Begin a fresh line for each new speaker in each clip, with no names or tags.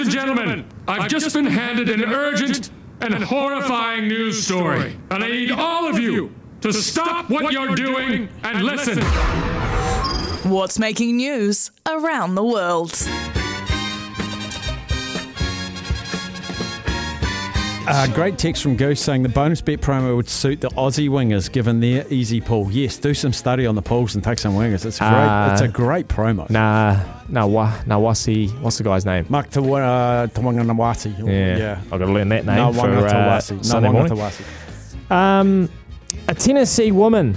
gentlemen, I've just been handed an urgent and horrifying news story, and I need all of you to stop what you're doing and listen.
What's making news around the world?
Uh, great text from Goose saying the bonus bet promo would suit the Aussie wingers given their easy pull. Yes, do some study on the pulls and take some wingers. It's a great.
Uh,
it's a great promo.
Nah, nah, wa, nah, wasi. Uh, What's the guy's name?
Mark Tawa- uh, Tawanganawasi.
Yeah,
yeah.
I've got to learn that name
No
for
Wanga
uh,
Tawasi. No
Sunday
Wanga
morning.
Tawasi.
Um, a Tennessee woman.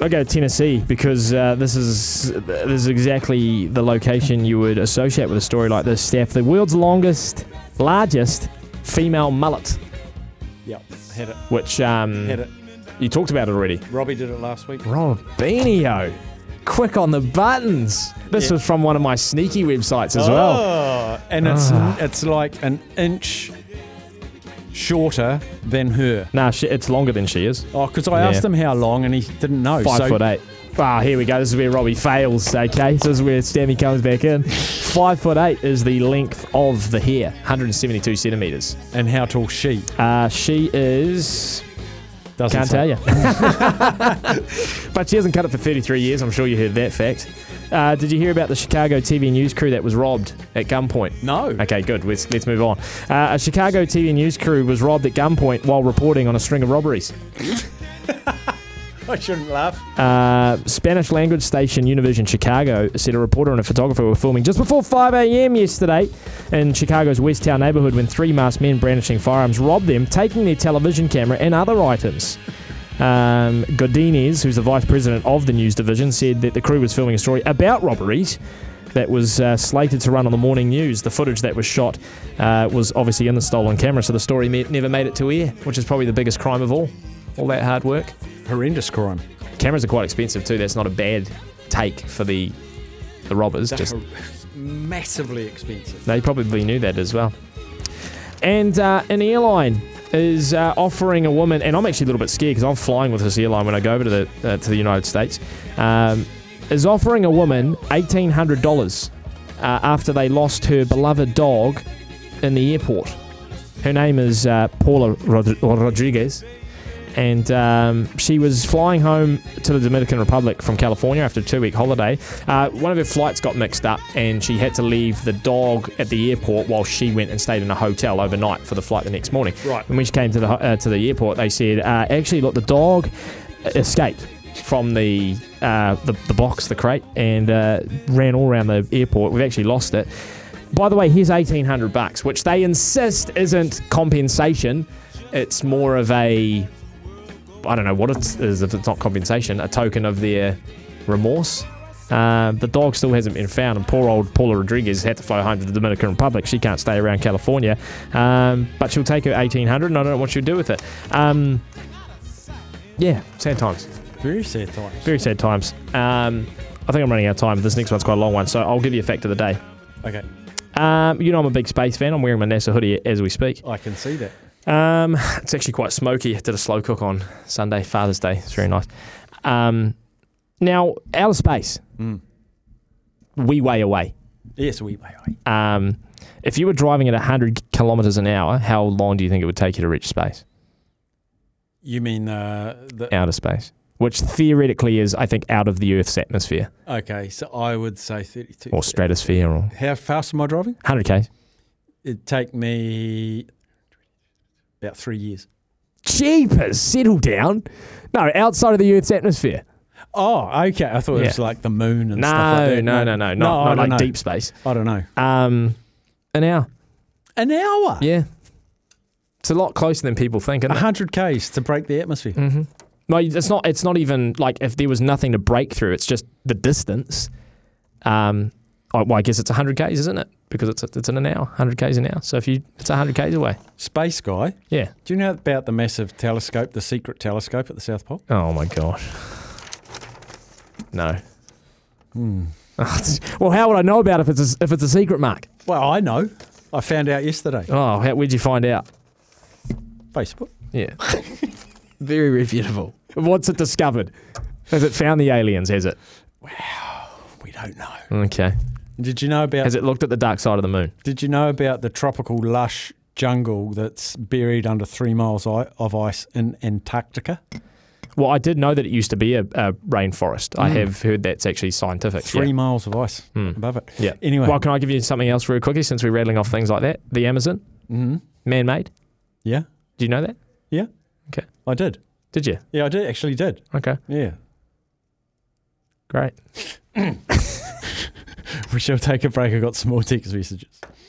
I go to Tennessee because uh, this is this is exactly the location you would associate with a story like this. Steph, the world's longest, largest female mullet,
Yep, had it.
which um,
Had it.
you talked about it already.
Robbie did it last week.
Robinho, quick on the buttons. This
Yeah.
was from one of my sneaky websites as well. Ah.
Oh, and it's it's like an inch shorter than her.
Nah, she, it's longer than she is.
Oh, because I
Yeah.
asked him how long and he didn't know.
Five
so
foot eight. Ah, here we go. This is where Robbie fails. Okay, this is where Stammy comes back in. Five foot eight is the length of the hair, 172 centimeters.
And how tall she
Uh, she is.
doesn't
Can't
say.
tell you. but she hasn't cut it for 33 years. I'm sure you heard that fact. Uh, did you hear about the Chicago TV news crew that was robbed at gunpoint?
No.
Okay, good. Let's, let's move on. Uh, a Chicago TV news crew was robbed at gunpoint while reporting on a string of robberies.
I shouldn't laugh.
Uh, Spanish language station Univision Chicago said a reporter and a photographer were filming just before 5 a.m. yesterday in Chicago's West Town neighborhood when three masked men brandishing firearms robbed them, taking their television camera and other items. Um, Godinez, who's the vice president of the news division, said that the crew was filming a story about robberies that was uh, slated to run on the morning news. The footage that was shot uh, was obviously in the stolen camera, so the story me- never made it to air, which is probably the biggest crime of all. All that hard work.
Horrendous crime.
Cameras are quite expensive too. That's not a bad take for the the robbers. Just
massively expensive.
they probably knew that as well. And uh, an airline is uh, offering a woman, and I'm actually a little bit scared because I'm flying with this airline when I go over to the uh, to the United States. Um, is offering a woman eighteen hundred dollars uh, after they lost her beloved dog in the airport. Her name is uh, Paula Rod- Rodriguez, and um, she was flying home to the Dominican Republic from California after a two week holiday. Uh, one of her flights got mixed up, and she had to leave the dog at the airport while she went and stayed in a hotel overnight for the flight the next morning.
Right.
And when she came to the ho- uh, to the airport, they said, uh, actually, look, the dog uh, escaped from the uh, the, the box, the crate, and uh, ran all around the airport. We've actually lost it. By the way, here's eighteen hundred bucks, which they insist isn't compensation. It's more of a I don't know what it is if it's not compensation, a token of their remorse. Uh, the dog still hasn't been found, and poor old Paula Rodriguez had to fly home to the Dominican Republic. She can't stay around California, um, but she'll take her eighteen hundred, and I don't know what she'll do with it. Um, yeah, sad times,
Very sad times.
very sad times. Um, I think I'm running out of time. This next one's quite a long one, so I'll give you a fact of the day.
Okay,
Um, you know, I'm a big space fan. I'm wearing my NASA hoodie as we speak.
I can see that.
Um, it's actually quite smoky. I did a slow cook on Sunday, Father's Day. It's very nice. Um, now, outer space, we way away.
Yes, we. I-
Um, if you were driving at 100 kilometers an hour, how long do you think it would take you to reach space,
You mean uh, the?
outer space? Which theoretically is, I think, out of the Earth's atmosphere
Okay, so I would say thirty-two.
or stratosphere or
How fast am I driving?
100 k's.
It'd take me about three years.
Jeepers, settle down. No, outside of the Earth's atmosphere.
Oh, okay. I thought it was
Yeah.
like the moon and
No,
stuff like that.
no, no, no, not,
I
not
don't
like
know.
deep space.
I don't know.
Um, an hour.
An hour.
Yeah. It's a lot closer than people think. Isn't it?
hundred k's to break the atmosphere.
Mm. No, it's not. It's not even like if there was nothing to break through. It's just the distance. Um, I, well, I guess it's 100 k's, isn't it? Because it's it's in an hour, 100 k's an hour. So if you, it's 100 k's away.
Space guy.
Yeah.
Do you know about the massive telescope, the secret telescope at the South Pole?
Oh my gosh. No. Hmm. Oh, well, how would I know about if it's a, if it's a secret, Mark?
Well, I know. I found out yesterday.
Oh, how, where'd you find out?
Facebook.
Yeah. Very reputable. What's it discovered? Has it found the aliens? Has it?
We don't know.
Okay.
Did you know about
Has it looked at the dark side of the moon?
Did you know about the tropical lush jungle that's buried under three miles i- of ice in Antarctica?
Well, I did know that it used to be a, a rainforest. I have heard that's actually scientific.
Three
yeah.
miles of ice above it.
Yeah.
Anyway,
Well, can I give you something else real quickly since we're rattling off things like that? The Amazon,
Mhm.
man made.
yeah,
Do you know that?
yeah.
Okay.
I did.
Did you?
Yeah, I did. Actually, did.
Okay.
Yeah.
Great.
We shall take a break. I got some more text messages.